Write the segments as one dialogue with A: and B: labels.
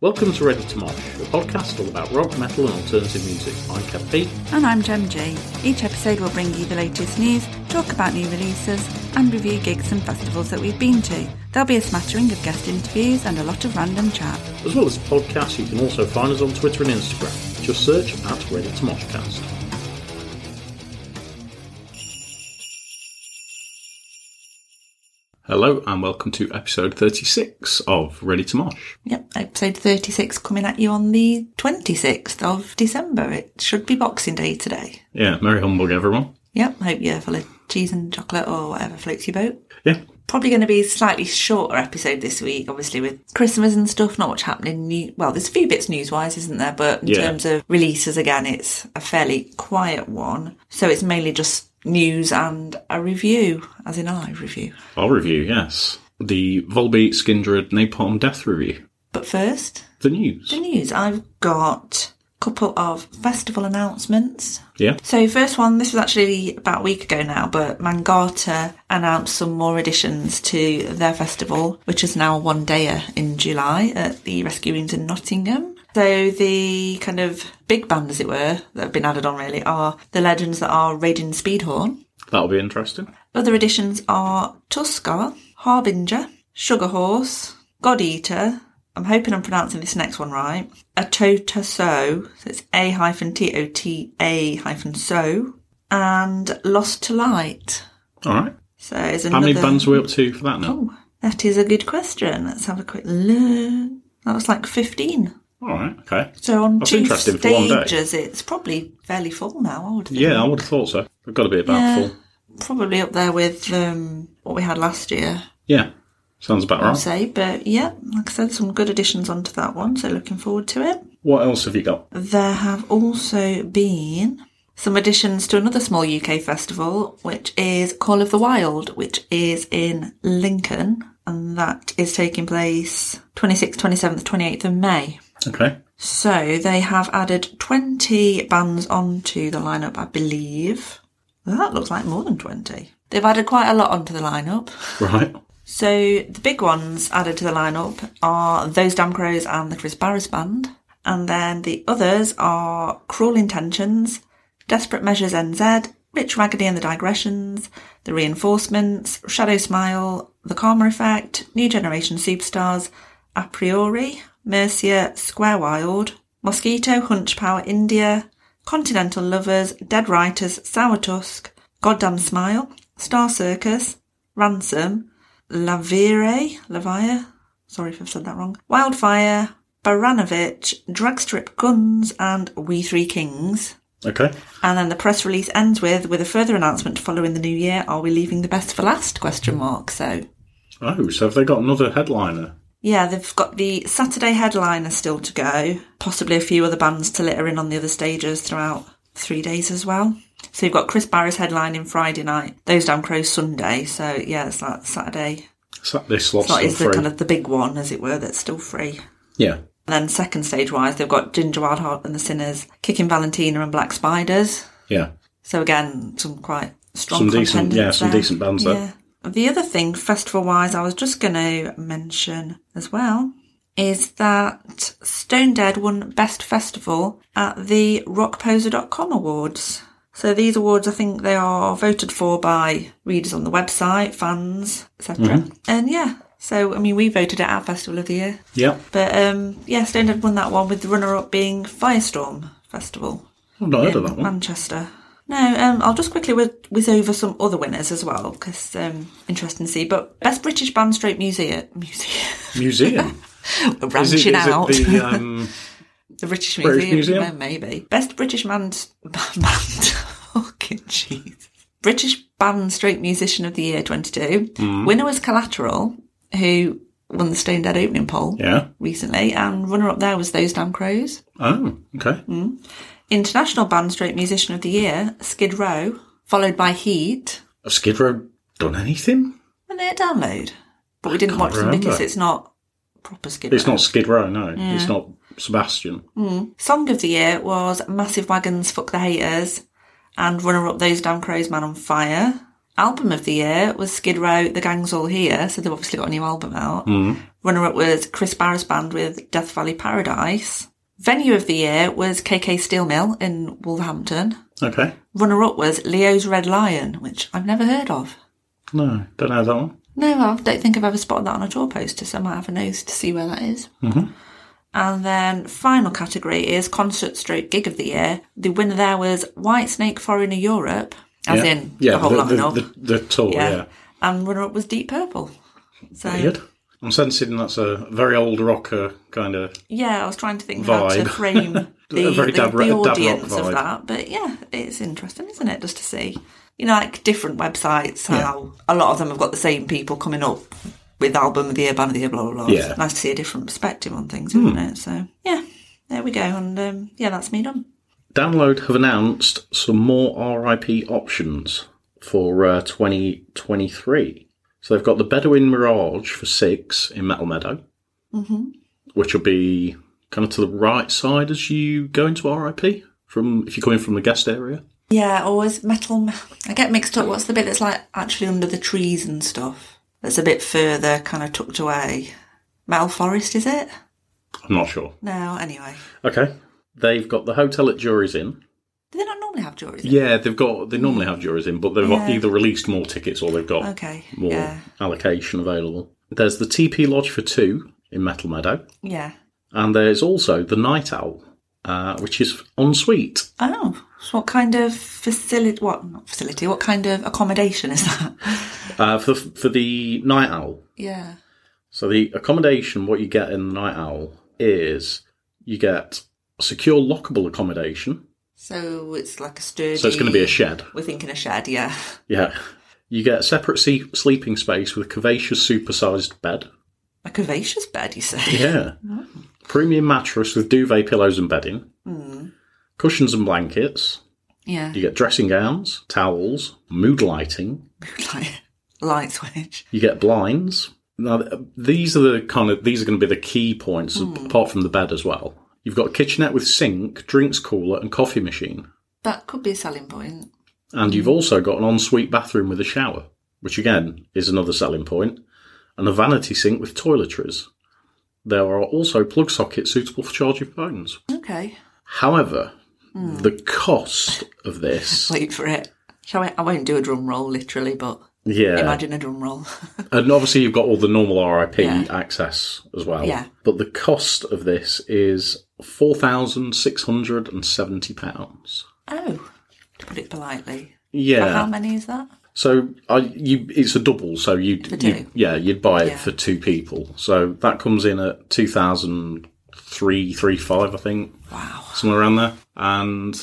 A: Welcome to Ready to Mosh, a podcast all about rock, metal, and alternative music. I'm Kev P.
B: And I'm Gem G. Each episode will bring you the latest news, talk about new releases, and review gigs and festivals that we've been to. There'll be a smattering of guest interviews and a lot of random chat.
A: As well as the podcast, you can also find us on Twitter and Instagram. Just search at Ready to Moshcast. Hello, and welcome to episode 36 of Ready to Mosh.
B: Yep, episode 36 coming at you on the 26th of December. It should be Boxing Day today.
A: Yeah, Merry Humbug, everyone.
B: Yep, hope you're full of cheese and chocolate or whatever floats your boat.
A: Yeah,
B: Probably going to be a slightly shorter episode this week, obviously, with Christmas and stuff, not much happening. New- well, there's a few bits news wise, isn't there? But in
A: Yeah.
B: terms of releases, again, it's a fairly quiet one. So it's mainly just news and a review, as in a live review.
A: our review, yes. The Volbeat Skindred Napalm Death review.
B: But first,
A: The news.
B: the news. I've got a couple of festival announcements.
A: Yeah,
B: So first one, this was actually about a week ago now, but Mangata announced some more additions to their festival, which is now one dayer in July at the Rescue Rooms in Nottingham. So the kind of big band, as it were, that have been added on really are the legends that are Raging Speedhorn.
A: that'll be interesting.
B: Other additions are Tuskar, Harbinger, Sugar Horse, God Eater. I'm hoping I'm pronouncing this next one right. Atota So. So it's A hyphen T O T A hyphen So. And Lost to Light.
A: All right.
B: So is
A: How
B: another.
A: many bands are we up to for that now?
B: Oh, that is a good question. Let's have a quick look. That was like 15.
A: All right. Okay.
B: So on
A: That's
B: two
A: interesting for one day.
B: stages, it's probably fairly full now, I would think.
A: Yeah, I would have thought so. We've got to be about
B: Yeah.
A: full.
B: Probably up there with um, what we had last year.
A: Yeah, sounds about
B: I'll
A: right.
B: say. But yeah, like I said, some good additions onto that one, so looking forward to it.
A: What else have you got?
B: There have also been some additions to another small UK festival, which is Call of the Wild, which is in Lincoln, and that is taking place 26th, 27th, 28th of May.
A: Okay.
B: So they have added 20 bands onto the lineup, I believe. That looks like more than 20. They've added quite a lot onto the lineup.
A: Right.
B: So the big ones added to the lineup are Those Damn Crows and the Chris Barris Band. And then the others are Cruel Intentions, Desperate Measures NZ, Rich Raggedy and the Digressions, The Reinforcements, Shadow Smile, The Karma Effect, New Generation Superstars, A Priori, Mercia, Square Wild, Mosquito, Hunch Power India, Continental Lovers, Dead Writers, Sour Tusk, Goddamn Smile, Star Circus, Ransom, Lavire, Lavire, sorry if I've said that wrong, Wildfire, Baranovich, Dragstrip Guns, and We Three Kings.
A: Okay.
B: And then the press release ends with, with a further announcement to follow in the new year, are we leaving the best for last? Question mark. So,
A: Oh, so have they got another headliner?
B: yeah, they've got the Saturday headliner still to go, possibly a few other bands to litter in on the other stages throughout three days as well. So you've got Chris Barris headlining Friday night, Those Damn Crows Sunday. So, yeah, it's that Saturday
A: Saturday slot's
B: slot
A: still
B: is
A: free.
B: the kind of the big one, as it were, that's still free.
A: Yeah.
B: And then second stage wise, they've got Ginger Wildheart and the Sinners, Kicking Valentina and Black Spiders.
A: Yeah.
B: So again, some quite strong,
A: Some decent,
B: contenders
A: yeah, some
B: there.
A: decent bands there.
B: Yeah. The other thing, festival wise, I was just going to mention as well is that Stone Dead won Best Festival at the rockposer.com awards. So these awards, I think they are voted for by readers on the website, fans, etc.
A: Mm-hmm.
B: And yeah, so I mean, we voted it our festival of the year.
A: Yeah.
B: But um, yeah, Stone Dead won that one with the runner up being Firestorm Festival
A: I've not heard of that
B: in
A: one.
B: Manchester. No, um, I'll just quickly whiz, whiz over some other winners as well because um, interesting to see. But best British band, Straight Museum, museum,
A: Museum.
B: we're
A: is it,
B: branching
A: is it
B: out
A: the um,
B: the British Museum,
A: British Museum?
B: no, maybe best British band, band fucking jeez, British band, Straight Musician of the Year, twenty two.
A: Mm.
B: Winner was Collateral, who won the Stone Dead opening poll
A: Yeah.
B: recently, and runner up there was Those Damn Crows.
A: Oh, okay.
B: International Band Straight Musician of the Year, Skid Row, followed by Heat.
A: Have Skid Row done anything?
B: And they download. But we didn't
A: can't
B: watch them because
A: remember.
B: it's not proper Skid Row.
A: It's not Skid Row, no. It's not Sebastian.
B: Song of the Year was Massive Wagons, Fuck the Haters, and Runner Up Those Damn Crows, Man on Fire. Album of the year was Skid Row, The Gang's All Here, so they've obviously got a new album out.
A: Mm-hmm.
B: Runner up was Chris Barris Band with Death Valley Paradise. Venue of the year was KK Steel Mill in Wolverhampton.
A: Okay.
B: Runner up was Leo's Red Lion, which I've never heard of.
A: No, don't know that one.
B: No, I don't think I've ever spotted that on a tour poster, so I might have a nose to see where that is.
A: Mm-hmm.
B: And then final category is concert stroke gig of the year. The winner there was Whitesnake Foreigner Europe, as
A: yeah.
B: in
A: yeah,
B: the whole
A: the,
B: lineup.
A: the, the, the tour,
B: yeah.
A: yeah.
B: And runner up was Deep Purple. So
A: Weird. I'm sensing that's a very old rocker kind of.
B: yeah, I was trying to think how to
A: Vibe.
B: frame the,
A: A very
B: the,
A: dab-
B: the
A: dab rock
B: audience of
A: vibe.
B: that. But yeah, it's interesting, isn't it? Just to see, you know, like different websites, how a lot of them have got the same people coming up with album of the year, band of the year, blah blah blah.
A: Yeah. Hmm.
B: It's nice to see a different perspective on things, isn't it? So yeah, there we go, and um, yeah, that's me done.
A: Download have announced some more RIP options for uh, 2023. So they've got the Bedouin Mirage for six in Metal Meadow, mm-hmm. which will be kind of to the right side as you go into RIP from if you're coming from the guest area.
B: Yeah, always metal. me- I get mixed up. What's the bit that's like actually under the trees and stuff? That's a bit further, kind of tucked away. Metal Forest, is it?
A: I'm not sure.
B: No, anyway.
A: Okay. They've got the hotel at Jury's Inn.
B: Do they not normally have juries?
A: Yeah, they've got they normally have Jury's Inn, but they've got
B: Yeah.
A: either released more tickets or they've got
B: Okay.
A: more
B: Yeah.
A: allocation available. There's the TP Lodge for two in Metal Meadow,
B: Yeah.
A: and there's also the Night Owl, uh, which is en suite.
B: Oh, so what kind of facility? What not facility? What kind of accommodation is that?
A: Uh, for for the Night Owl.
B: yeah.
A: So the accommodation, what you get in the Night Owl is you get secure lockable accommodation.
B: So it's like a sturdy.
A: So it's going to be a shed.
B: We're thinking a shed. Yeah.
A: Yeah. You get a separate se- sleeping space with a curvaceous supersized bed.
B: A curvaceous bed, you say?
A: Yeah. Premium mattress with duvet pillows and bedding, cushions and blankets.
B: Yeah.
A: You get dressing gowns, towels, mood lighting.
B: Like light switch.
A: You get blinds. Now, th- these are the kind of these are going to be the key points apart from the bed as well. You've got a kitchenette with sink, drinks cooler, and coffee machine,
B: That could be a selling point.
A: and you've also got an ensuite bathroom with a shower, which again is another selling point, and a vanity sink with toiletries. There are also plug sockets suitable for charging phones.
B: Okay.
A: However, the cost of this,
B: Wait for it. Shall I? I won't do a drum roll, literally, but
A: yeah,
B: imagine a drum roll.
A: and obviously you've got all the normal RIP
B: Yeah.
A: access as well.
B: Yeah.
A: But the cost of this is four thousand six hundred and seventy pounds.
B: oh, to put it politely. But How
A: Yeah.
B: many is that?
A: So I, you, it's a double. So you,
B: For
A: you
B: two.
A: yeah, you'd buy it
B: Yeah.
A: for two people. So that comes in at two thousand three three five, I think.
B: Wow.
A: somewhere around there. And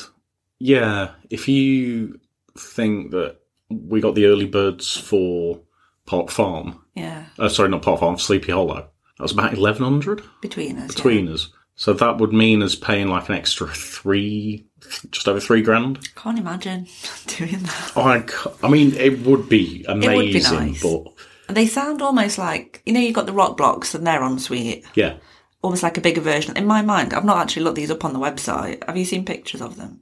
A: yeah, if you think that we got the early birds for Park Farm,
B: Yeah.
A: uh, sorry, not Park Farm, Sleepy Hollow, that was about eleven hundred
B: Between us. yeah.
A: between us. So that would mean us paying like an extra three, just over three grand.
B: Can't imagine doing that.
A: I, c- I mean, it would be amazing,
B: would be nice.
A: but
B: They sound almost like you know you've got the rock blocks and they're en suite,
A: yeah,
B: almost like a bigger version. In my mind, I've not actually looked these up on the website. Have you seen pictures of them?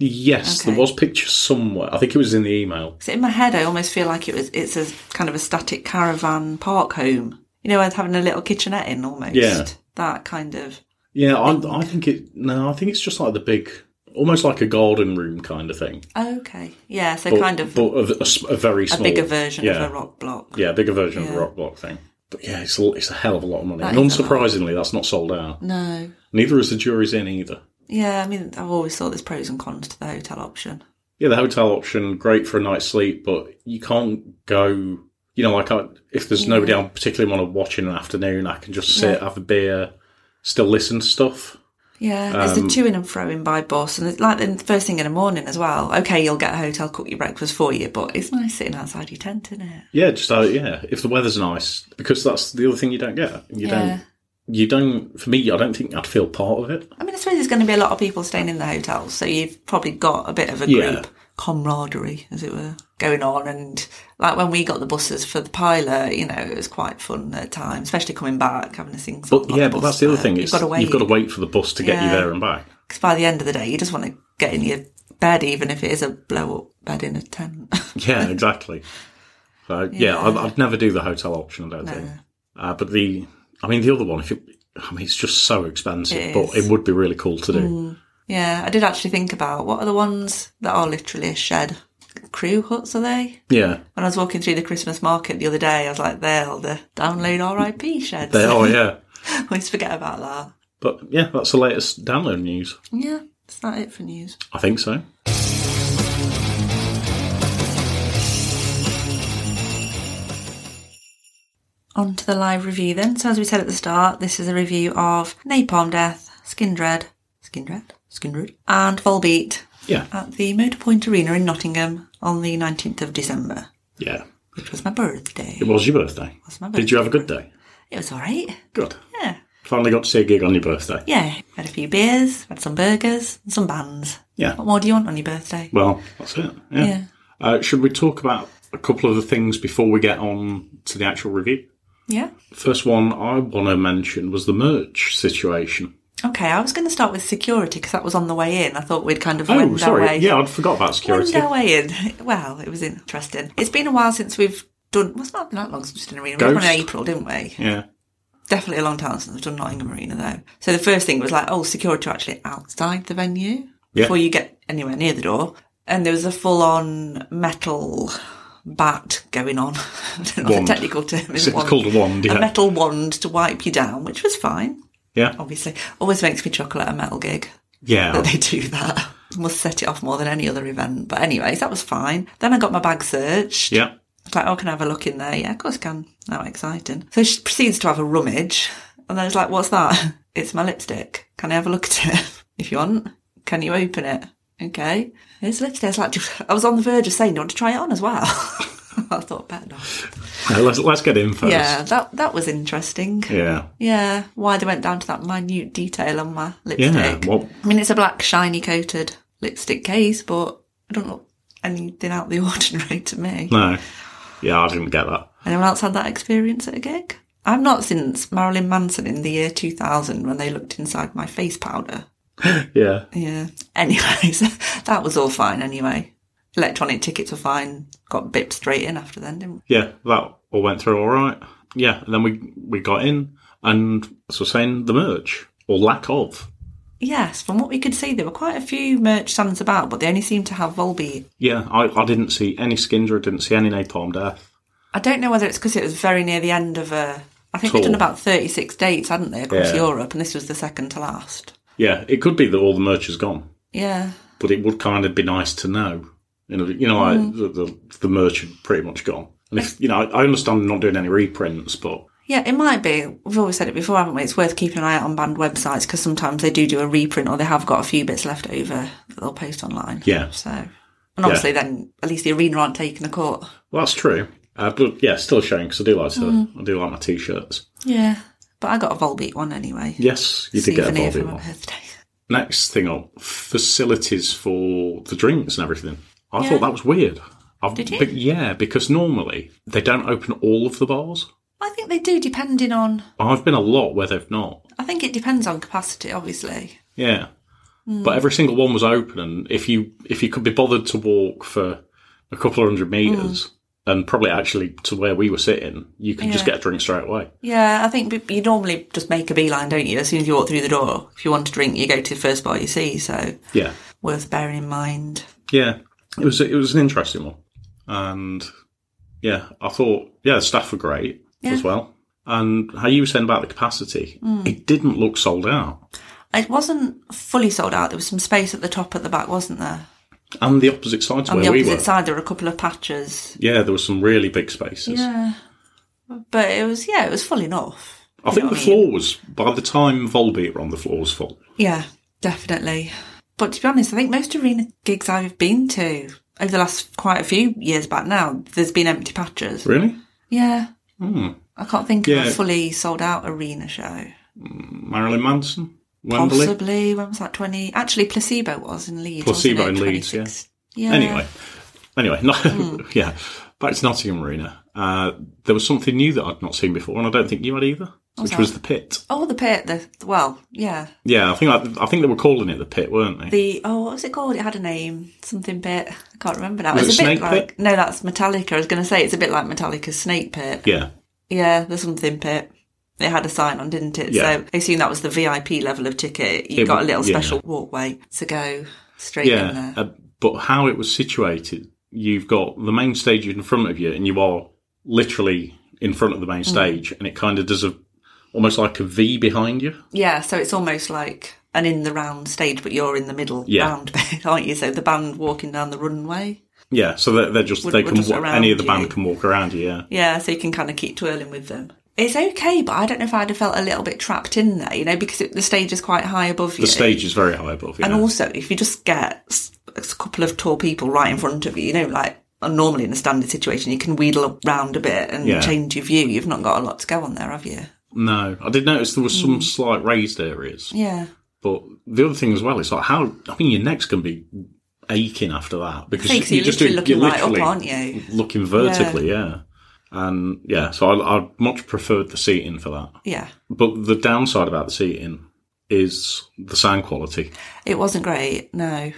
A: yes, there
B: Okay.
A: was pictures somewhere. I think it was in the email.
B: Because in my head, I almost feel like it was it's a kind of a static caravan park home. You know, with having a little kitchenette in almost.
A: Yeah.
B: That kind of
A: Yeah, I, I think it. No, I think it's just like the big, almost like a garden room kind of thing.
B: okay, yeah. So
A: but,
B: kind of
A: but a, a s- a very
B: a
A: small,
B: bigger version
A: yeah,
B: of a rock block.
A: Yeah, a bigger version of
B: Yeah.
A: a rock block thing. But yeah, it's a, it's a hell of a lot of money.
B: That
A: and
B: is a lot.
A: unsurprisingly, that's not sold out.
B: No.
A: Neither is the jury's in either.
B: Yeah, I mean, I've always thought there's pros and cons to the hotel option.
A: Yeah, the hotel option great for a night's sleep, but you can't go. You know, like I, if there's nobody I particularly want to watch in an afternoon, I can just sit, have a beer, still listen to stuff.
B: Yeah, there's
A: Um,
B: the to in and fro in by bus, and it's like the first thing in the morning as well. Okay, you'll get a hotel cook your breakfast for you, but it's nice sitting outside your tent, isn't it?
A: Yeah, just uh, yeah. If the weather's nice, because that's the other thing you don't get. You
B: Yeah.
A: don't. You don't. For me, I don't think I'd feel part of it.
B: I mean, I suppose there's going to be a lot of people staying in the hotels, so you've probably got a bit of a
A: Yeah.
B: group camaraderie, as it were, going on. And like when we got the buses for the pilot, you know, it was quite fun at times, especially coming back having a sing.
A: But yeah, but that's the other thing. It's,
B: You've got to wait.
A: You've got to wait for the bus to get you
B: Yeah.
A: there and back.
B: Because by the end of the day, you just want to get in your bed, even if it is a blow up bed in a tent.
A: Yeah, exactly. So yeah, I'd, I'd never do the hotel option. I don't think. Uh, but the, I mean, the other one. If it, I mean, it's just so expensive,
B: It
A: but
B: is. Mm.
A: it would be really cool to do.
B: yeah, I did actually think about what are the ones that are literally a shed? Crew huts, are they?
A: Yeah.
B: When I was walking through the Christmas market the other day, I was like, they're the download RIP sheds.
A: They are. oh, Yeah.
B: Always forget about that.
A: But yeah, that's the latest download news.
B: Yeah, is that it for news?
A: I think so.
B: On to the live review then. So as we said at the start, this is a review of Napalm Death, Skin Dread, Skin Dread, Skin Dread, and Volbeat
A: Yeah.
B: at the Motorpoint Arena in Nottingham on the 19th of December,
A: Yeah.
B: which was my birthday.
A: It was your birthday.
B: was my
A: Did you have a good day?
B: It was alright.
A: Good.
B: Yeah.
A: Finally got to see a gig on your birthday.
B: Yeah. Had a few beers, had some burgers, and some bands.
A: Yeah.
B: What more do you want on your birthday?
A: Well, that's it. Yeah.
B: Yeah.
A: Uh, should we talk about a couple of the things before we get on to the actual review?
B: Yeah.
A: First one I want to mention was the merch situation.
B: Okay, I was going to start with security because that was on the way in. I thought we'd kind of
A: Oh,
B: wend our way.
A: sorry. Yeah, I'd forgot about security.
B: Wend our way in. Well, it was interesting. It's been a while since we've done. Well, it's not been that long since we've done arena. We did one in
A: Ghost.
B: April, didn't we?
A: Yeah.
B: Definitely a long time since we've done Nottingham Arena, though. So the first thing was like, oh, security are actually outside the venue
A: Yeah.
B: before you get anywhere near the door. And there was a full-on metal bat going on. I don't know what
A: Wand.
B: the technical term is.
A: It's called a wand,
B: A
A: yeah.
B: metal wand to wipe you down, which was fine.
A: Yeah.
B: Obviously, always makes me chuckle at a metal gig
A: Yeah.
B: that they do that. Must set it off more than any other event. But anyways, that was fine. Then I got my bag searched.
A: Yeah.
B: It's like, oh, can I have a look in there? Yeah, of course I can. How exciting. So she proceeds to have a rummage. And I was like, what's that? It's my lipstick. Can I have a look at it? If you want, can you open it? Okay. It's lipstick. It's like, I was on the verge of saying, do you want to try it on as well? I thought, better not.
A: No, let's, let's get in first.
B: Yeah, that, that was interesting.
A: Yeah.
B: Yeah, why they went down to that minute detail on my lipstick.
A: Yeah, well-
B: I mean, it's a black, shiny coated lipstick case, but I don't look anything out of the ordinary to me.
A: No. Yeah, I didn't get that.
B: Anyone else had that experience at a gig? I've not since Marilyn Manson in the year 2000 when they looked inside my face powder.
A: Yeah.
B: Yeah. Anyways, that was all fine anyway. Electronic tickets were fine. Got bipped straight in after then, didn't we?
A: Yeah, that all went through all right. Yeah, and then we we got in, and as I was saying, the merch or lack of.
B: Yes, from what we could see, there were quite a few merch stands about, but they only seemed to have Volbeat
A: Yeah, I, I didn't see any Skindra, didn't see any Napalm Death.
B: I don't know whether it's because it was very near the end of a. I think they'd
A: Tour.
B: done about 36 dates, hadn't they, across
A: Yeah.
B: Europe, and this was the second to last.
A: Yeah, it could be that all the merch is gone,
B: Yeah.
A: but it would kind of be nice to know. You know, you know, like the, the the merch had pretty much gone. And if you know, I, I understand not doing any reprints, but
B: Yeah, it might be. We've always said it before, haven't we? It's worth keeping an eye out on band websites because sometimes they do do a reprint or they have got a few bits left over that they'll post online.
A: Yeah.
B: So, and obviously then at least the arena aren't taking the court.
A: well, that's true. Uh, but yeah, still showing because I do like to,
B: Mm.
A: I do like my t-shirts.
B: Yeah. But I got a Volbeat one anyway.
A: Yes, you did get a
B: Souvenir
A: Barbie
B: for my
A: one.
B: birthday.
A: Next thing up, facilities for the drinks and everything. I thought that was weird. I've,
B: Did you?
A: But yeah, because normally they don't open all of the bars.
B: I think they do, depending on.
A: I've been a lot where they've not.
B: I think it depends on capacity, obviously.
A: Yeah,
B: Mm.
A: but every single one was open, and if you if you could be bothered to walk for a couple of hundred meters. And probably actually to where we were sitting, you could just
B: Mm. Yeah.
A: get a drink straight away.
B: Yeah, I think b- you normally just make a beeline, don't you? As soon as you walk through the door, if you want a drink, you go to the first bar you see. So
A: Yeah,
B: worth bearing in mind.
A: yeah. It was it was an interesting one, and yeah, I thought yeah, the staff were great as well. And how you were saying about the capacity,
B: Mm.
A: it didn't look sold out.
B: It wasn't fully sold out. There was some space at the top, at the back, wasn't there?
A: And the opposite side to
B: On
A: where
B: the
A: we
B: opposite
A: were,
B: side, there were a couple of patches.
A: yeah, there were some really big spaces.
B: Yeah, but it was yeah, it was full enough.
A: I think the floor was by the time Volbeat were on the floor was full.
B: Yeah, definitely. But to be honest, I think most arena gigs I've been to over the last quite a few years back now, there's been empty patches.
A: Really?
B: Yeah. I can't think of
A: hmm. Yeah.
B: a fully sold out arena show.
A: Marilyn Manson, Wembley.
B: Possibly. When was that? 20. Actually, Placebo was in Leeds.
A: Placebo
B: wasn't it?
A: in Leeds, yeah.
B: 26. Yeah. Hmm.
A: Anyway, anyway, no, yeah. Back to Nottingham Arena. Uh, there was something new that I'd not seen before, and I don't think you had either, which
B: that?
A: was the pit.
B: Oh, the pit. The well, yeah.
A: Yeah, I think I, I think they were calling it the pit, weren't they?
B: The oh, what was it called? It had a name, something pit. I can't remember now.
A: Was
B: it's
A: it
B: a bit
A: Snake
B: like no, that's Metallica. I was going to say it's a bit like Metallica's Snake Pit.
A: yeah,
B: Yeah, the something pit. It had a sign on, didn't it?
A: Yeah.
B: So I assume that was the VIP level of ticket. You
A: It
B: got a
A: w-
B: little
A: yeah.
B: special walkway to go straight in
A: yeah.
B: there.
A: Uh, but how it was situated, you've got the main stage in front of you, and you are literally in front of the
B: Mm.
A: main stage, and it kind of does a almost like a V behind you.
B: Yeah, so it's almost like an in the round stage, but you're in the middle
A: Yeah.
B: round bit, aren't you? So the band walking down the runway.
A: Yeah, so they're, they're just
B: Would-
A: they
B: would
A: can
B: just
A: wa-
B: around
A: any of the
B: you.
A: band can walk around you. Yeah,
B: Yeah, so you can kind of keep twirling with them. It's okay, but I don't know if I'd have felt a little bit trapped in there, you know, because it, the stage is quite high above you.
A: the stage is very high above.
B: And
A: yeah.
B: also, if you just get s- a couple of tall people right in front of you, you know, like uh, normally in a standard situation, you can wheedle around a bit and
A: Yeah.
B: change your view. You've not got a lot to go on there, have you?
A: No, I did notice there was
B: Mm.
A: some slight raised areas.
B: Yeah.
A: But the other thing as well is like how I mean your neck's going to be aching after that because
B: Thanks, you're
A: just
B: literally looking
A: you're
B: right up,
A: literally
B: aren't you?
A: looking vertically, yeah. And yeah, so I, I much preferred the seating for that.
B: Yeah.
A: But the downside about the seating is the sound quality.
B: It wasn't great, no.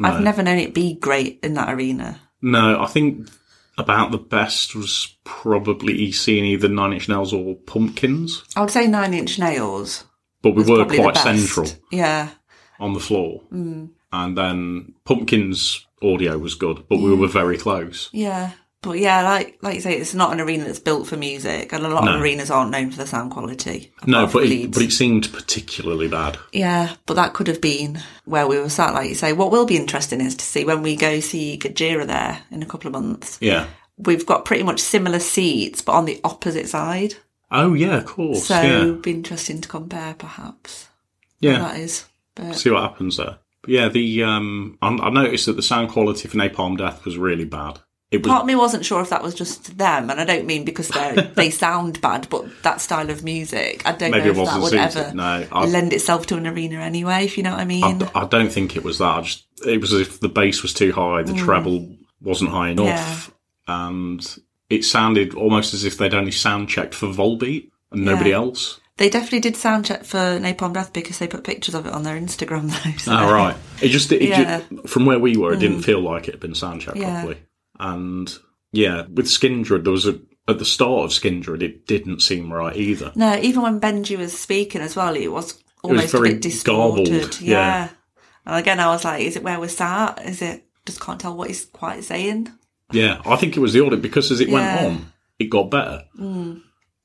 B: I've never known it be great in that arena.
A: No, I think about the best was probably seeing either Nine Inch Nails or Pumpkins,
B: I would say Nine Inch Nails.
A: but we
B: was
A: were
B: probably the
A: quite
B: best. Mm.
A: central.
B: Yeah.
A: on the floor. And then Pumpkin's audio was good, but
B: Mm.
A: we were very close.
B: Yeah. But yeah, like like you say, it's not an arena that's built for music, and a lot
A: No.
B: of arenas aren't known for their sound quality.
A: No,
B: apart from
A: but it,
B: Leeds.
A: but it seemed particularly bad.
B: Yeah, but that could have been where we were sat, like you say. What will be interesting is to see when we go see Gajira there in a couple of months.
A: Yeah.
B: We've got pretty much similar seats, but on the opposite side.
A: Oh yeah, of course.
B: So
A: yeah.
B: be interesting to compare, perhaps.
A: Yeah.
B: That is. But
A: See what happens there. But yeah, the um, I, I noticed that the sound quality for Napalm Death was really bad. It was
B: part of me wasn't sure if that was just them, and I don't mean because they they sound bad, but that style of music, I don't
A: maybe
B: know
A: it
B: if that
A: wasn't
B: would
A: suited.
B: ever
A: No, I,
B: lend itself to an arena anyway. If you know what I
A: I,
B: mean.
A: d- I don't think it was that. I just it was as if the bass was too high,
B: Mm.
A: the treble wasn't high enough, and it sounded almost as if they'd only sound checked for Volbeat and nobody
B: Yeah.
A: else.
B: They definitely did sound check for Napalm Death because they put pictures of it on their Instagram though. so-
A: Oh, right. It just, it ju-
B: Yeah. Mm.
A: from where we were, it didn't feel like it had been sound checked
B: Yeah.
A: properly. And yeah, with Skindred, there was a, at the start of Skindred, it didn't seem right either.
B: No, even when Benji was speaking as well, it was almost
A: very
B: a bit distorted.
A: garbled,
B: yeah.
A: yeah.
B: And again, I was like, is it where we're sat? Is it just can't tell what he's quite saying?
A: Yeah, I think it was the audit because as it
B: Yeah. Mm.
A: went on, it got better.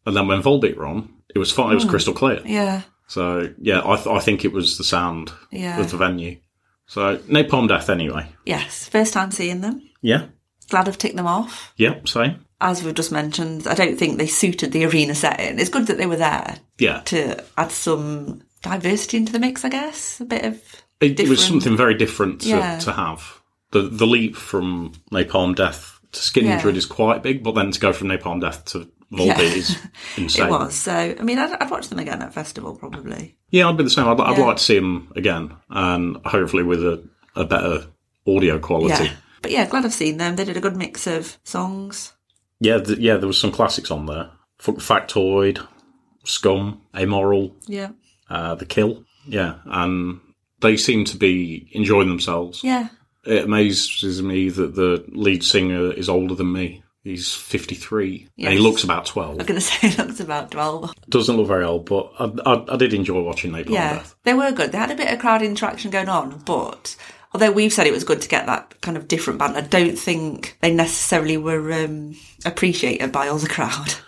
A: And then when Volbeat were on, it was fine, it was crystal clear.
B: Yeah.
A: So yeah, I, th- I think it was the sound
B: Yeah.
A: of the venue. So Napalm Death anyway.
B: Yes. First time seeing them.
A: Yeah.
B: Glad I've ticked them off.
A: Yep, same.
B: As we've just mentioned, I don't think they suited the arena setting. It's good that they were there
A: Yeah.
B: to add some diversity into the mix, I guess. A bit of
A: It, it was
B: different.
A: something very different to,
B: Yeah.
A: to have. The the leap from Napalm Death to Skin
B: Yeah.
A: Druid is quite big, but then to go from Napalm Death to Volbeat
B: Yeah.
A: is insane.
B: it was. So, I mean, I'd, I'd watch them again at festival probably.
A: Yeah, I'd be the same. I'd, I'd
B: Yeah.
A: like to see him again, and hopefully with a, a better audio quality.
B: Yeah. But yeah, glad I've seen them. They did a good mix of songs.
A: Yeah, th- yeah. There was some classics on there: Fuck Factoid, Scum, Amoral,
B: Yeah.
A: uh, The Kill. Yeah, and they seem to be enjoying themselves.
B: Yeah.
A: It amazes me that the lead singer is older than me. He's 53 and
B: Yes.
A: he looks about
B: I was
A: 12.
B: going to say it looks about 12.
A: Doesn't look very old, but I, I, I did enjoy watching Napalm
B: Yeah,
A: Death.
B: they were good. They had a bit of crowd interaction going on, but although we've said it was good to get that kind of different band, I don't think they necessarily were um, appreciated by all the crowd.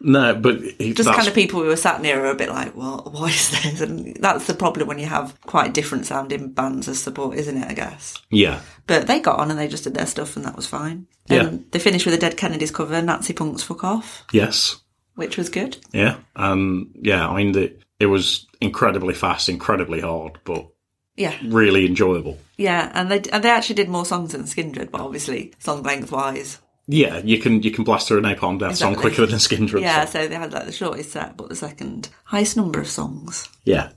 A: No, but he,
B: Just
A: that's,
B: kind of people who were sat near are a bit like, well, what is this? And that's the problem when you have quite different sounding bands as support, isn't it, I guess?
A: yeah,
B: But they got on and they just did their stuff and that was fine.
A: Yeah.
B: Um, they finished with a Dead Kennedys cover, Nancy Punk's Fuck Off,
A: yes,
B: which was good.
A: yeah, and yeah. I mean, the, it was incredibly fast, incredibly hard, but
B: Yeah.
A: really enjoyable.
B: Yeah, and they and they actually did more songs than Skindred, but obviously song length wise.
A: Yeah, you can you can blast through a Napalm Death song
B: Exactly.
A: quicker than a Skindred.
B: Yeah,
A: Yeah,
B: so they had like the shortest set, but the second highest number of songs.
A: yeah,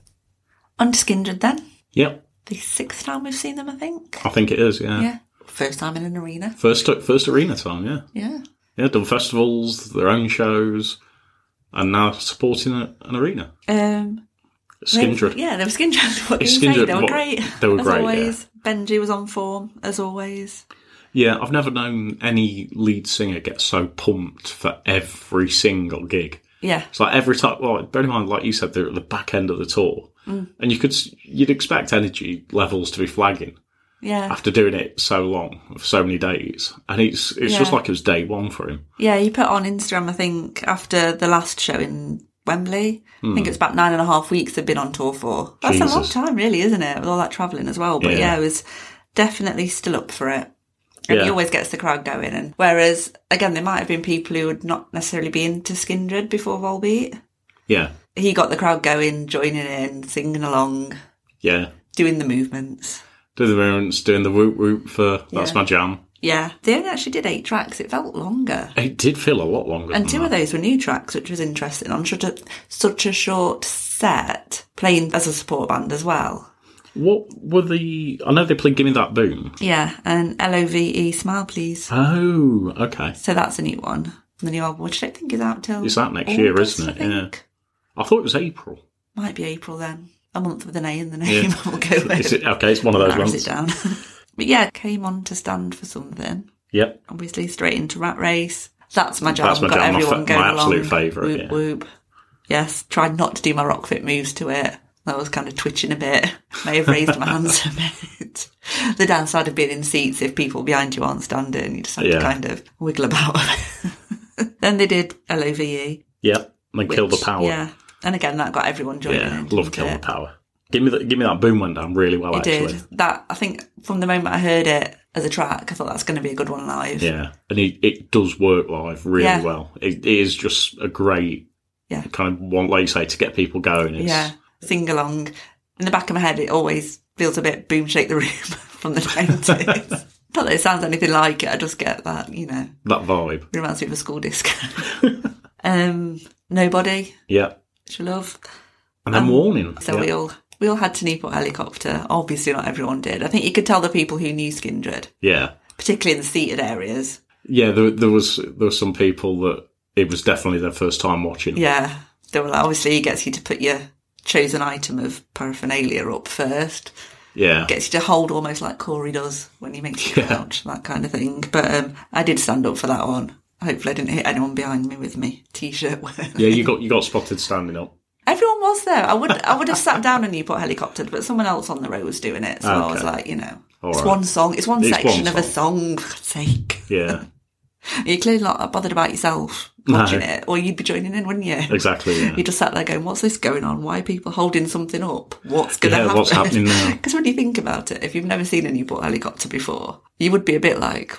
B: On to Skindred then.
A: yep.
B: The sixth time we've seen them, I think.
A: I think it is. Oh, Yeah,
B: Yeah. First time in an arena.
A: first first arena time. Yeah,
B: Yeah.
A: Yeah, done festivals, their own shows, and now supporting a, an arena.
B: Um,
A: Skindred.
B: They, yeah, they were Skindred. What can
A: It's
B: you say?
A: Skindred,
B: They were
A: what-
B: great.
A: they were
B: as
A: great, yeah.
B: always. Benji was on form as always.
A: Yeah, I've never known any lead singer get so pumped for every single gig.
B: Yeah,
A: It's like every time. Well, bear in mind, like you said, they're at the back end of the tour,
B: Mm.
A: and you could s- you'd expect energy levels to be flagging
B: yeah,
A: after doing it so long, for so many days, and it's it's just
B: Yeah.
A: like it was day one for him.
B: yeah. You put on Instagram, I think, after the last show in Wembley. I think it's about nine and a half weeks they've been on tour for. That's a long
A: Hmm. Jesus.
B: time, really, isn't it? With all that travelling as well. But
A: Yeah.
B: yeah, it was definitely still up for it. And he
A: Yeah.
B: always gets the crowd going. And whereas, again, there might have been people who would not necessarily be into Skindred before Volbeat.
A: Yeah,
B: He got the crowd going, joining in, singing along,
A: yeah.
B: doing the movements.
A: Doing the movements, doing the whoop whoop for that's
B: Yeah.
A: my jam.
B: Yeah, they only actually did eight tracks. It felt longer.
A: It did feel a lot longer.
B: And
A: than
B: two
A: that.
B: of those were new tracks, which was interesting on such a, such a short set, playing as a support band as well.
A: What were the? I know they played "Give Me That Boom."
B: Yeah, and LOVE E, Smile Please.
A: Oh, okay.
B: So that's a new one from the new album, which I don't think is out till.
A: It's out next year,
B: August,
A: isn't
B: I
A: it? Yeah.
B: think.
A: I thought it was April.
B: Might be April then. A month with an A in the name. we'll go with.
A: Is it okay? It's one of those
B: Narrows it
A: months.
B: down. but yeah, came on to stand for something.
A: Yep.
B: obviously straight into Rat Race. That's my jam.
A: That's my
B: Got
A: jam, my
B: everyone
A: fa-
B: going
A: my absolute
B: along.
A: favourite,
B: Whoop
A: yeah.
B: whoop. Yes, tried not to do my rock fit moves to it. I was kind of twitching a bit. May have raised my hands a bit. The downside of being in seats if people behind you aren't standing, you just have
A: Yeah.
B: to kind of wiggle about. then they did LOVE.
A: Yep. And then kill the
B: which-
A: power.
B: E. Yeah. And again, that got everyone joining
A: Yeah,
B: in.
A: love
B: didn't
A: Kill
B: it?
A: the Power. Give me that. Give me that boom went down really well.
B: It did.
A: actually,
B: That, I think, from the moment I heard it as a track, I thought that's going to be a good one live.
A: yeah, and it, it does work live really
B: Yeah.
A: well. It, it is just a great
B: Yeah.
A: kind of one, like you say, to get people going. It's,
B: Yeah, sing along. In the back of my head, it always feels a bit boom shake the room from the 90s. Not that it sounds anything like it, I just get that, you know,
A: that vibe.
B: reminds me of a school disco. um, Nobody,
A: Yeah,
B: which I love.
A: and then warning.
B: Um, So we all we all had to Newport helicopter. Obviously, not everyone did. I think you could tell the people who knew Skindred,
A: yeah,
B: particularly in the seated areas.
A: yeah. There, there was there were some people that it was definitely their first time watching.
B: Yeah, they were like, obviously, it gets you to put your chosen item of paraphernalia up first.
A: yeah.
B: gets you to hold almost like Corey does when he makes you crouch, that kind of thing. But um, I did stand up for that one. Hopefully, I didn't hit anyone behind me with me t-shirt wearing.
A: Yeah, you got you got spotted standing up.
B: Everyone was there. I would I would have sat down and Newport helicoptered, but someone else on the road was doing it, so I was
A: Okay.
B: like, you know,
A: All
B: it's
A: right.
B: one song, it's one
A: It's one
B: section of a song. For God's sake,
A: Yeah,
B: you're clearly not that bothered about yourself watching it, or you'd be joining in, wouldn't you?
A: exactly. Yeah.
B: You just sat there going, "What's this going on? Why are people holding something up? What's going to
A: Yeah,
B: happen?"
A: what's happening now?
B: Because when you think about it, if you've never seen a Newport helicopter before, you would be a bit like,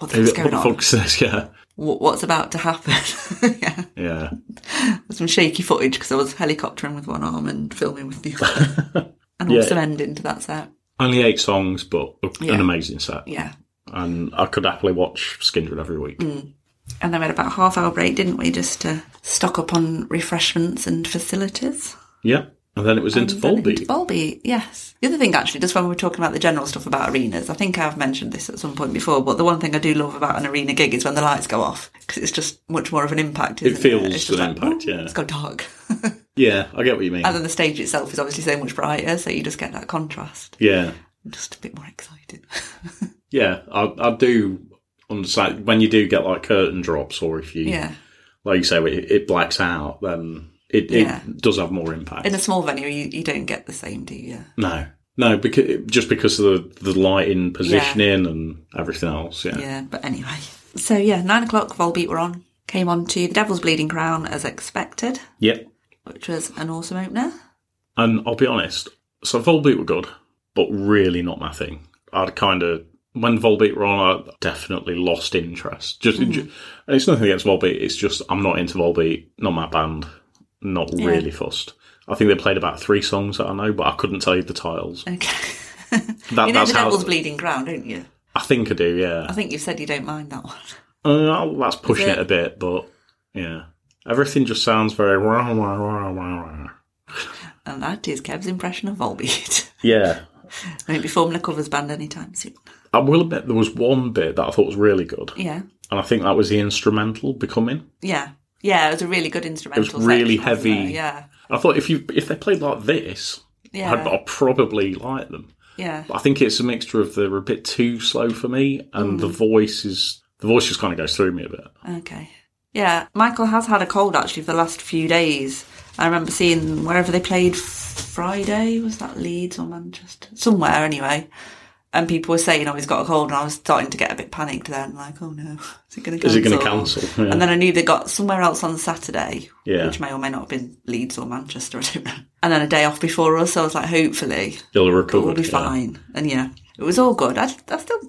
B: "What the hell's
A: What
B: going
A: the
B: on?
A: fuck's this? Yeah,
B: Wh- What's about to happen?" yeah,
A: yeah.
B: some shaky footage because I was helicoptering with one arm and filming with the other, an
A: Yeah.
B: awesome ending to that set.
A: Only eight songs, but
B: Yeah.
A: an amazing set.
B: Yeah,
A: And I could happily watch Skindred every week.
B: Mm. and then we had about a half hour break, didn't we, just to stock up on refreshments and facilities.
A: Yeah. And then it was into
B: Then
A: Volbeat.
B: into Volbeat, yes. The other thing, actually, just when we were talking about the general stuff about arenas, I think I've mentioned this at some point before, but the one thing I do love about an arena gig is when the lights go off because it's just much more of an impact. Isn't it
A: feels
B: It's just
A: an impact,
B: "Ooh,
A: yeah.
B: It's gone dark.
A: Yeah, I get what you mean.
B: and then the stage itself is obviously so much brighter, so you just get that contrast.
A: Yeah.
B: I'm just a bit more excited.
A: Yeah. I, I do understand when you do get like curtain drops or if you,
B: yeah.
A: like you say, it, it blacks out, then it,
B: Yeah.
A: it does have more impact.
B: In a small venue, you, you don't get the same, do you?
A: no. No, because just because of the, the lighting positioning and everything else. Yeah.
B: Yeah, but anyway. So, yeah, nine o'clock, Volbeat were on. Came on to The Devil's Bleeding Crown as expected,
A: Yep.
B: which was an awesome opener.
A: And I'll be honest, so Volbeat were good, but really not my thing. I'd kind of when Volbeat were on, I definitely lost interest. Just, ju- and it's nothing against Volbeat. It's just I'm not into Volbeat. Not my band. Not really fussed. I think they played about three songs that I know, but I couldn't tell you the titles.
B: Okay.
A: That,
B: You know
A: that's
B: the
A: how
B: devil's bleeding ground, don't you?
A: I think I do. Yeah,
B: I think you've said you don't mind that one.
A: uh, that's pushing it?
B: it-
A: a bit, but yeah, everything just sounds very rah rah rah rah rah.
B: And that is Kev's impression of Volbeat.
A: Yeah,
B: Won't be forming a covers band anytime soon.
A: I will admit there was one bit that I thought was really good.
B: Yeah.
A: And I think that was the instrumental becoming.
B: Yeah. Yeah, it was a really good instrumental.
A: It was really
B: section, wasn't
A: heavy.
B: it? Yeah.
A: I thought if you if they played like this,
B: Yeah.
A: I'd, I'd probably like them.
B: Yeah.
A: But I think it's a mixture of they're a bit too slow for me, and
B: Mm.
A: the voice is the voice just kind of goes through me a bit.
B: Okay. Yeah, Michael has had a cold actually for the last few days. I remember seeing wherever they played Friday, was that Leeds or Manchester? Somewhere anyway. And people were saying, oh, he's got a cold. And I was starting to get a bit panicked then, like, oh no, is it going to cancel?
A: Is it going to cancel? Yeah.
B: And then I knew they got somewhere else on Saturday,
A: Yeah.
B: which may or may not have been Leeds or Manchester, I don't know. And then a day off before us, so I was like, hopefully,
A: You'll
B: we'll
A: recover.
B: be
A: yeah.
B: fine. And yeah, it was all good. I, I still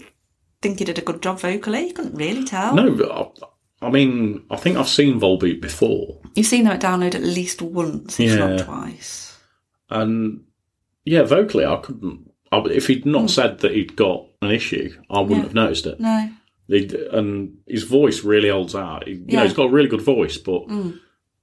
B: think he did a good job vocally. You couldn't really tell.
A: No, but I, I mean, I think I've seen Volbeat before,
B: You've seen them at download at least once, if not
A: Yeah.
B: twice.
A: and yeah, vocally, I couldn't. I, would- if he'd not said that he'd got an issue, I wouldn't
B: Mm. Yeah.
A: have noticed it.
B: No.
A: He'd- and his voice really holds out. He, You know,
B: Yeah. Mm.
A: he's got a really good voice, but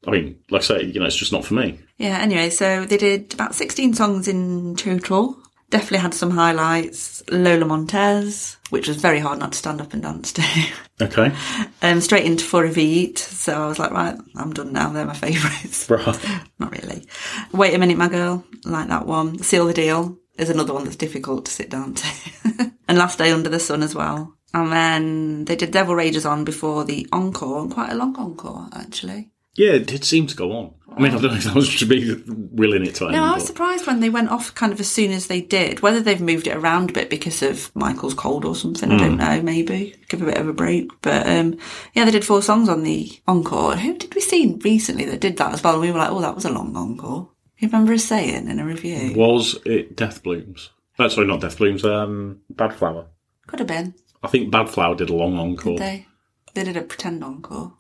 A: I mean, like I say, you know, it's just not for me.
B: Yeah, anyway, so they did about 16 songs in total. Definitely had some highlights. Lola Montez, which was very hard not to stand up and dance to.
A: Okay,
B: um, straight into For a Veet. So I was like, right, I'm done now. They're my favourites.
A: right.
B: Not really. Wait a Minute, My Girl. Like that one. Seal the Deal is another one that's difficult to sit down to. and Last Day Under the Sun as well. And then they did Devil Rages on before the encore, and quite a long encore, actually.
A: Yeah, it did seem to go on. I mean, I don't know if that was just me willing it to end.
B: No, I was
A: but-
B: surprised when they went off kind of as soon as they did. Whether they've moved it around a bit because of Michael's cold or something, I don't know, maybe. Give a bit of a break. But um, yeah, they did four songs on the encore. Who did we see recently that did that as well? And we were like, oh, that was a long encore. You remember us saying in a review?
A: Was it Death Blooms? Oh, sorry, not Death Blooms. Um, Bad Flower.
B: Could have been.
A: I think Bad Flower did a long encore.
B: Did they? They did a pretend encore.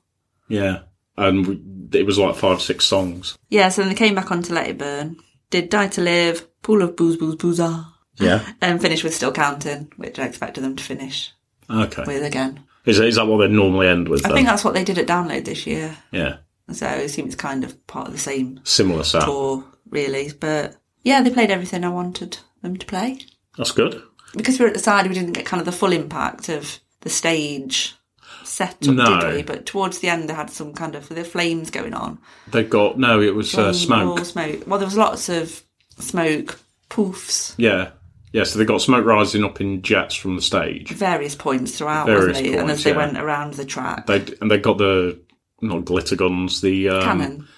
A: Yeah, and we, it was like five, six songs.
B: Yeah, so then they came back on to Let It Burn, did Die to Live, Pool of Booze, Booze, Boozah,
A: Yeah.
B: and finished with Still Counting, which I expected them to finish
A: Okay.
B: with again.
A: Is, is that what they normally end with?
B: I
A: then?
B: think that's what they did at Download this year.
A: yeah.
B: So I assume it's kind of part of the same
A: Similar sound.
B: tour, really. But yeah, they played everything I wanted them to play.
A: That's good.
B: Because we were at the side, we didn't get kind of the full impact of the stage setup,
A: No.
B: did we? But towards the end, they had some kind of the flames going on.
A: They got no. It was uh,
B: Rain,
A: smoke.
B: raw smoke. Well, there was lots of smoke poofs,
A: Yeah. Yeah. So they got smoke rising up in jets from the stage.
B: various points throughout,
A: Various
B: wasn't it? and
A: points,
B: as they
A: yeah.
B: went around the track,
A: They and they got the not glitter guns. The um,
B: cannon,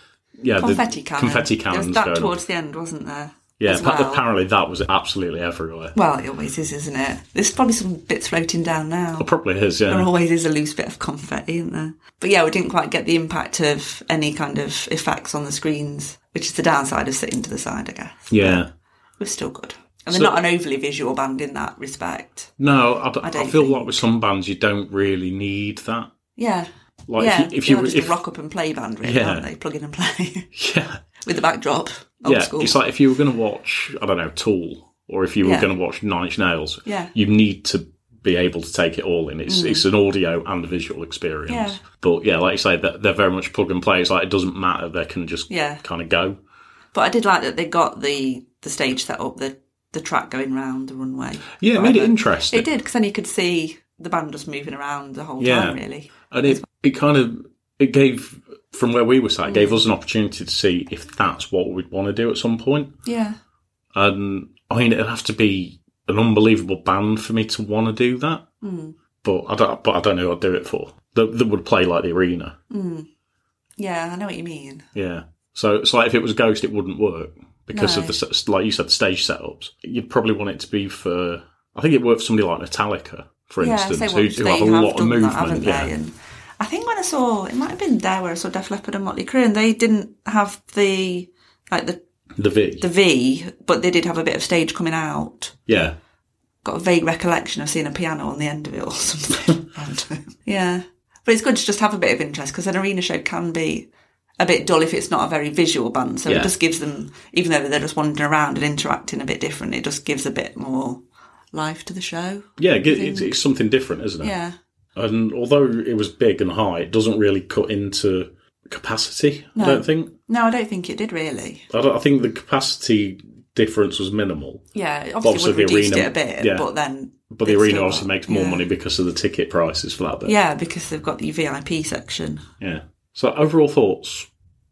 A: Yeah.
B: confetti
A: the
B: cannon,
A: Confetti
B: There was
A: cannons.
B: that
A: going on.
B: towards the end, wasn't there?
A: yeah.
B: as
A: pa-
B: well.
A: Apparently that was absolutely everywhere.
B: Well, it always is, isn't it? There's probably some bits floating down now.
A: It probably is. Yeah.
B: There always is a loose bit of confetti, isn't there? But yeah, we didn't quite get the impact of any kind of effects on the screens, which is the downside of sitting to the side, I guess.
A: Yeah.
B: We're still good. And they're
A: So-
B: not an overly visual band in that respect.
A: No, I, d- I
B: don't
A: feel
B: think-
A: like with some bands you don't really need that.
B: Yeah.
A: Like
B: yeah.
A: if you, if you
B: they're just
A: if,
B: a rock up and play band, really,
A: Yeah.
B: aren't they? Plug in and play
A: yeah,
B: with the backdrop. Old
A: yeah,
B: school.
A: it's like if you were going to watch I don't know Tool or if you were
B: Yeah.
A: going to watch Nine Inch Nails,
B: Yeah. Mm.
A: you need to be able to take it all in. It's it's an audio and a visual experience.
B: Yeah.
A: But yeah, like you say, they're, they're very much plug and play. It's like it doesn't matter; they can just
B: Yeah.
A: kind of go.
B: But I did like that they got the, the stage set up, the, the track going round the runway.
A: Yeah, it made it
B: Whatever.
A: interesting,
B: It did, because then you could see the band just moving around the whole
A: Yeah.
B: time, really.
A: and it it kind of it gave from where we were sat, it gave us an opportunity to see if that's what we'd want to do at some point.
B: Yeah.
A: And I mean, it'd have to be an unbelievable band for me to want to do that.
B: Hmm.
A: But I don't. But I don't know who I'd do it for. That, that would play like the arena.
B: Yeah, I know what you mean.
A: Yeah. So it's like if it was Ghost, it wouldn't work because of
B: No.
A: the s- like you said, the stage setups. You'd probably want it to be for. I think it worked for somebody like Metallica, for
B: yeah,
A: instance,
B: so
A: who,
B: once
A: who
B: they
A: have a lot of
B: done
A: movement.
B: That, haven't
A: yeah.
B: they? And I think when I saw, it might have been there where I saw Def Leppard and Motley Crue, and they didn't have the like the
A: The V.
B: the V, but they did have a bit of stage coming out.
A: yeah.
B: Got a vague recollection of seeing a piano on the end of it or something. Random. yeah, but it's good to just have a bit of interest because an arena show can be a bit dull if it's not a very visual band. So
A: Yeah.
B: it just gives them, even though they're just wandering around and interacting a bit different, it just gives a bit more life to the show.
A: Yeah, it- it's, it's something different, isn't it?
B: Yeah.
A: And although it was big and high, it doesn't really cut into capacity, I don't think.
B: No, I don't think it did really.
A: I, don't- I think the capacity difference was minimal.
B: Yeah, obviously,
A: Obviously
B: we've
A: the
B: reduced
A: arena-
B: it a bit,
A: yeah.
B: but then.
A: But the
B: it's
A: arena
B: still-
A: obviously makes more
B: yeah.
A: money because of the ticket prices for that bit.
B: Yeah, because they've got the VIP section.
A: Yeah. So overall thoughts.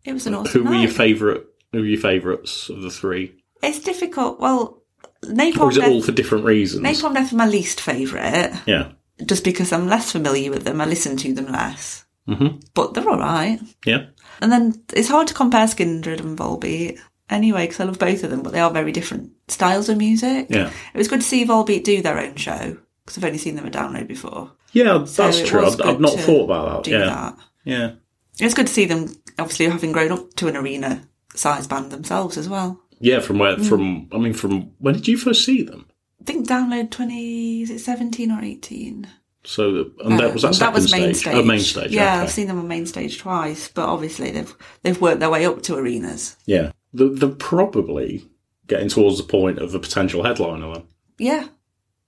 B: It was an awesome
A: Who were your
B: night.
A: favourite? Who were your favourites of the three?
B: It's difficult. Well,
A: Or
B: Napalm
A: is it all
B: Death,
A: for different reasons?
B: Napalm Death are my least favourite,
A: Yeah.
B: just because I'm less familiar with them. I listen to them less.
A: Mm-hmm.
B: But they're all right.
A: Yeah.
B: And then it's hard to compare Skindred and Volbeat anyway, because I love both of them, but they are very different styles of music.
A: Yeah.
B: It was good to see Volbeat do their own show, because I've only seen them at Download before.
A: Yeah, that's
B: it
A: true.
B: was
A: I've, I've
B: good
A: not
B: to
A: thought about that.
B: Do
A: Yeah.
B: that.
A: Yeah.
B: It's good to see them, obviously, having grown up to an arena size band themselves as well.
A: Yeah, from where,
B: Mm.
A: from, I mean, from, when did you first see them?
B: I think Download 20, is it 17 or 18?
A: So, and that was that
B: Um,
A: second
B: main
A: stage. Oh, main stage.
B: Yeah,
A: okay.
B: I've seen them on main stage twice, but obviously they've they've worked their way up to arenas.
A: Yeah. They're, they're probably getting towards the point of a potential headliner then.
B: Yeah,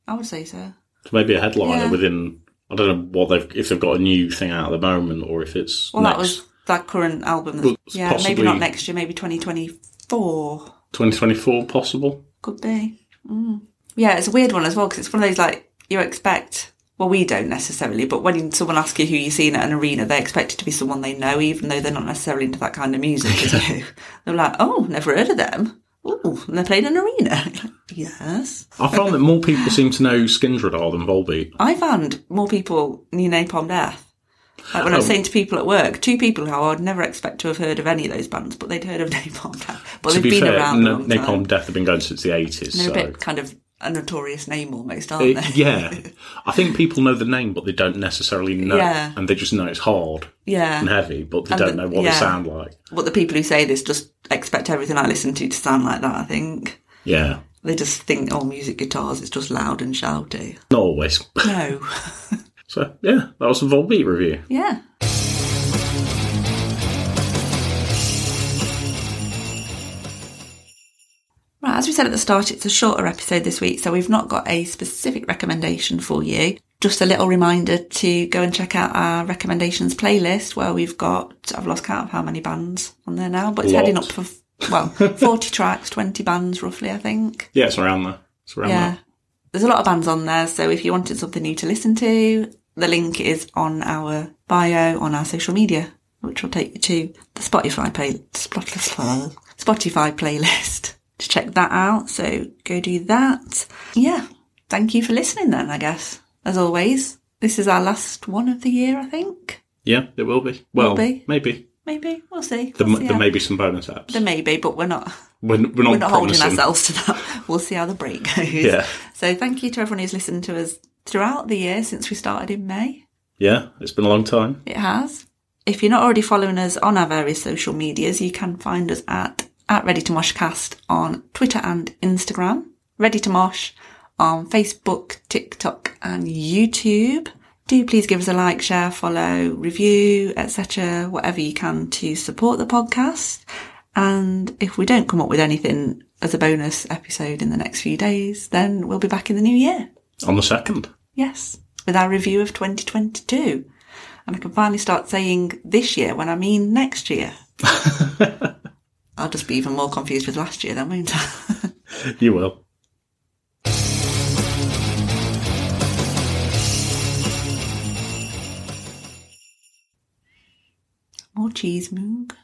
B: I would say so.
A: So maybe a headliner
B: Yeah.
A: within, I don't know what they've, if they've got a new thing out at the moment or if it's
B: Well,
A: next
B: that was that current album.
A: Well, it's
B: yeah, maybe not
A: possibly-
B: next year. Maybe twenty twenty four
A: 2024 possible.
B: could be. Mm. Yeah, it's a weird one as well because it's one of those like you expect. Well, we don't necessarily, but when someone asks you who you've seen at an arena, they expect it to be someone they know, even though they're not necessarily into that kind of music. as you. They're like, "Oh, never heard of them." Ooh, and they're playing an arena. yes.
A: I found that more people seem to know Skindred are than Volbeat.
B: I found more people knew Napalm Death. Like when I was
A: Oh.
B: saying to people at work, two people who I would never expect to have heard of any of those bands, but they'd heard of Napalm Death. But
A: To
B: they've
A: be
B: been
A: fair,
B: around a
A: Na-
B: long
A: Napalm
B: time.
A: Death have been going since the 80s.
B: They're
A: so.
B: a bit kind of a notorious name almost, aren't
A: It-
B: they?
A: Uh, yeah. I think people know the name, but they don't necessarily know.
B: Yeah.
A: And they just know it's hard and
B: Yeah.
A: heavy, but they
B: And
A: don't
B: the-
A: know what they
B: yeah.
A: sound like.
B: But the people who say this just expect everything I listen to to sound like that, I think.
A: Yeah.
B: They just think, oh, music guitars, it's just loud and shouty.
A: Not always.
B: No.
A: so, yeah, that was the Volbeat review.
B: yeah. Right, as we said at the start, it's a shorter episode this week, so we've not got a specific recommendation for you. Just a little reminder to go and check out our recommendations playlist where we've got, I've lost count of how many bands on there now, but it's
A: Lot.
B: heading up for, well, 40 tracks, 20 bands roughly, I think.
A: Yeah, it's around there. It's around
B: Yeah.
A: there.
B: There's a lot of bands on there, so if you wanted something new to listen to, the link is on our bio on our social media, which will take you to the Spotify play Spotify Spotify playlist to check that out. So go do that. Yeah. Thank you for listening then, I guess. As always. This is our last one of the year, I think.
A: Yeah, it will be. Well,
B: be.
A: maybe.
B: Maybe. We'll see.
A: There,
B: We'll
A: m
B: see
A: there
B: how-
A: may be some bonus apps.
B: there may be, but we're not
A: we're, n- we're not,
B: we're not holding
A: promising.
B: ourselves to that. We'll see how the break goes.
A: Yeah.
B: So thank you to everyone who's listened to us throughout the year since we started in May.
A: Yeah, it's been a long time.
B: It has. If you're not already following us on our various social medias, you can find us at at Ready to Mosh Cast on Twitter and Instagram, Ready to Mosh on Facebook, TikTok, and YouTube. Do please give us a like, share, follow, review, etc., whatever you can to support the podcast. And if we don't come up with anything as a bonus episode in the next few days, then we'll be back in the new year.
A: On the second.
B: Yes, with our review of 2022. And I can finally start saying this year when I mean next year. I'll just be even more confused with last year then, won't I?
A: You will.
B: more cheese moog.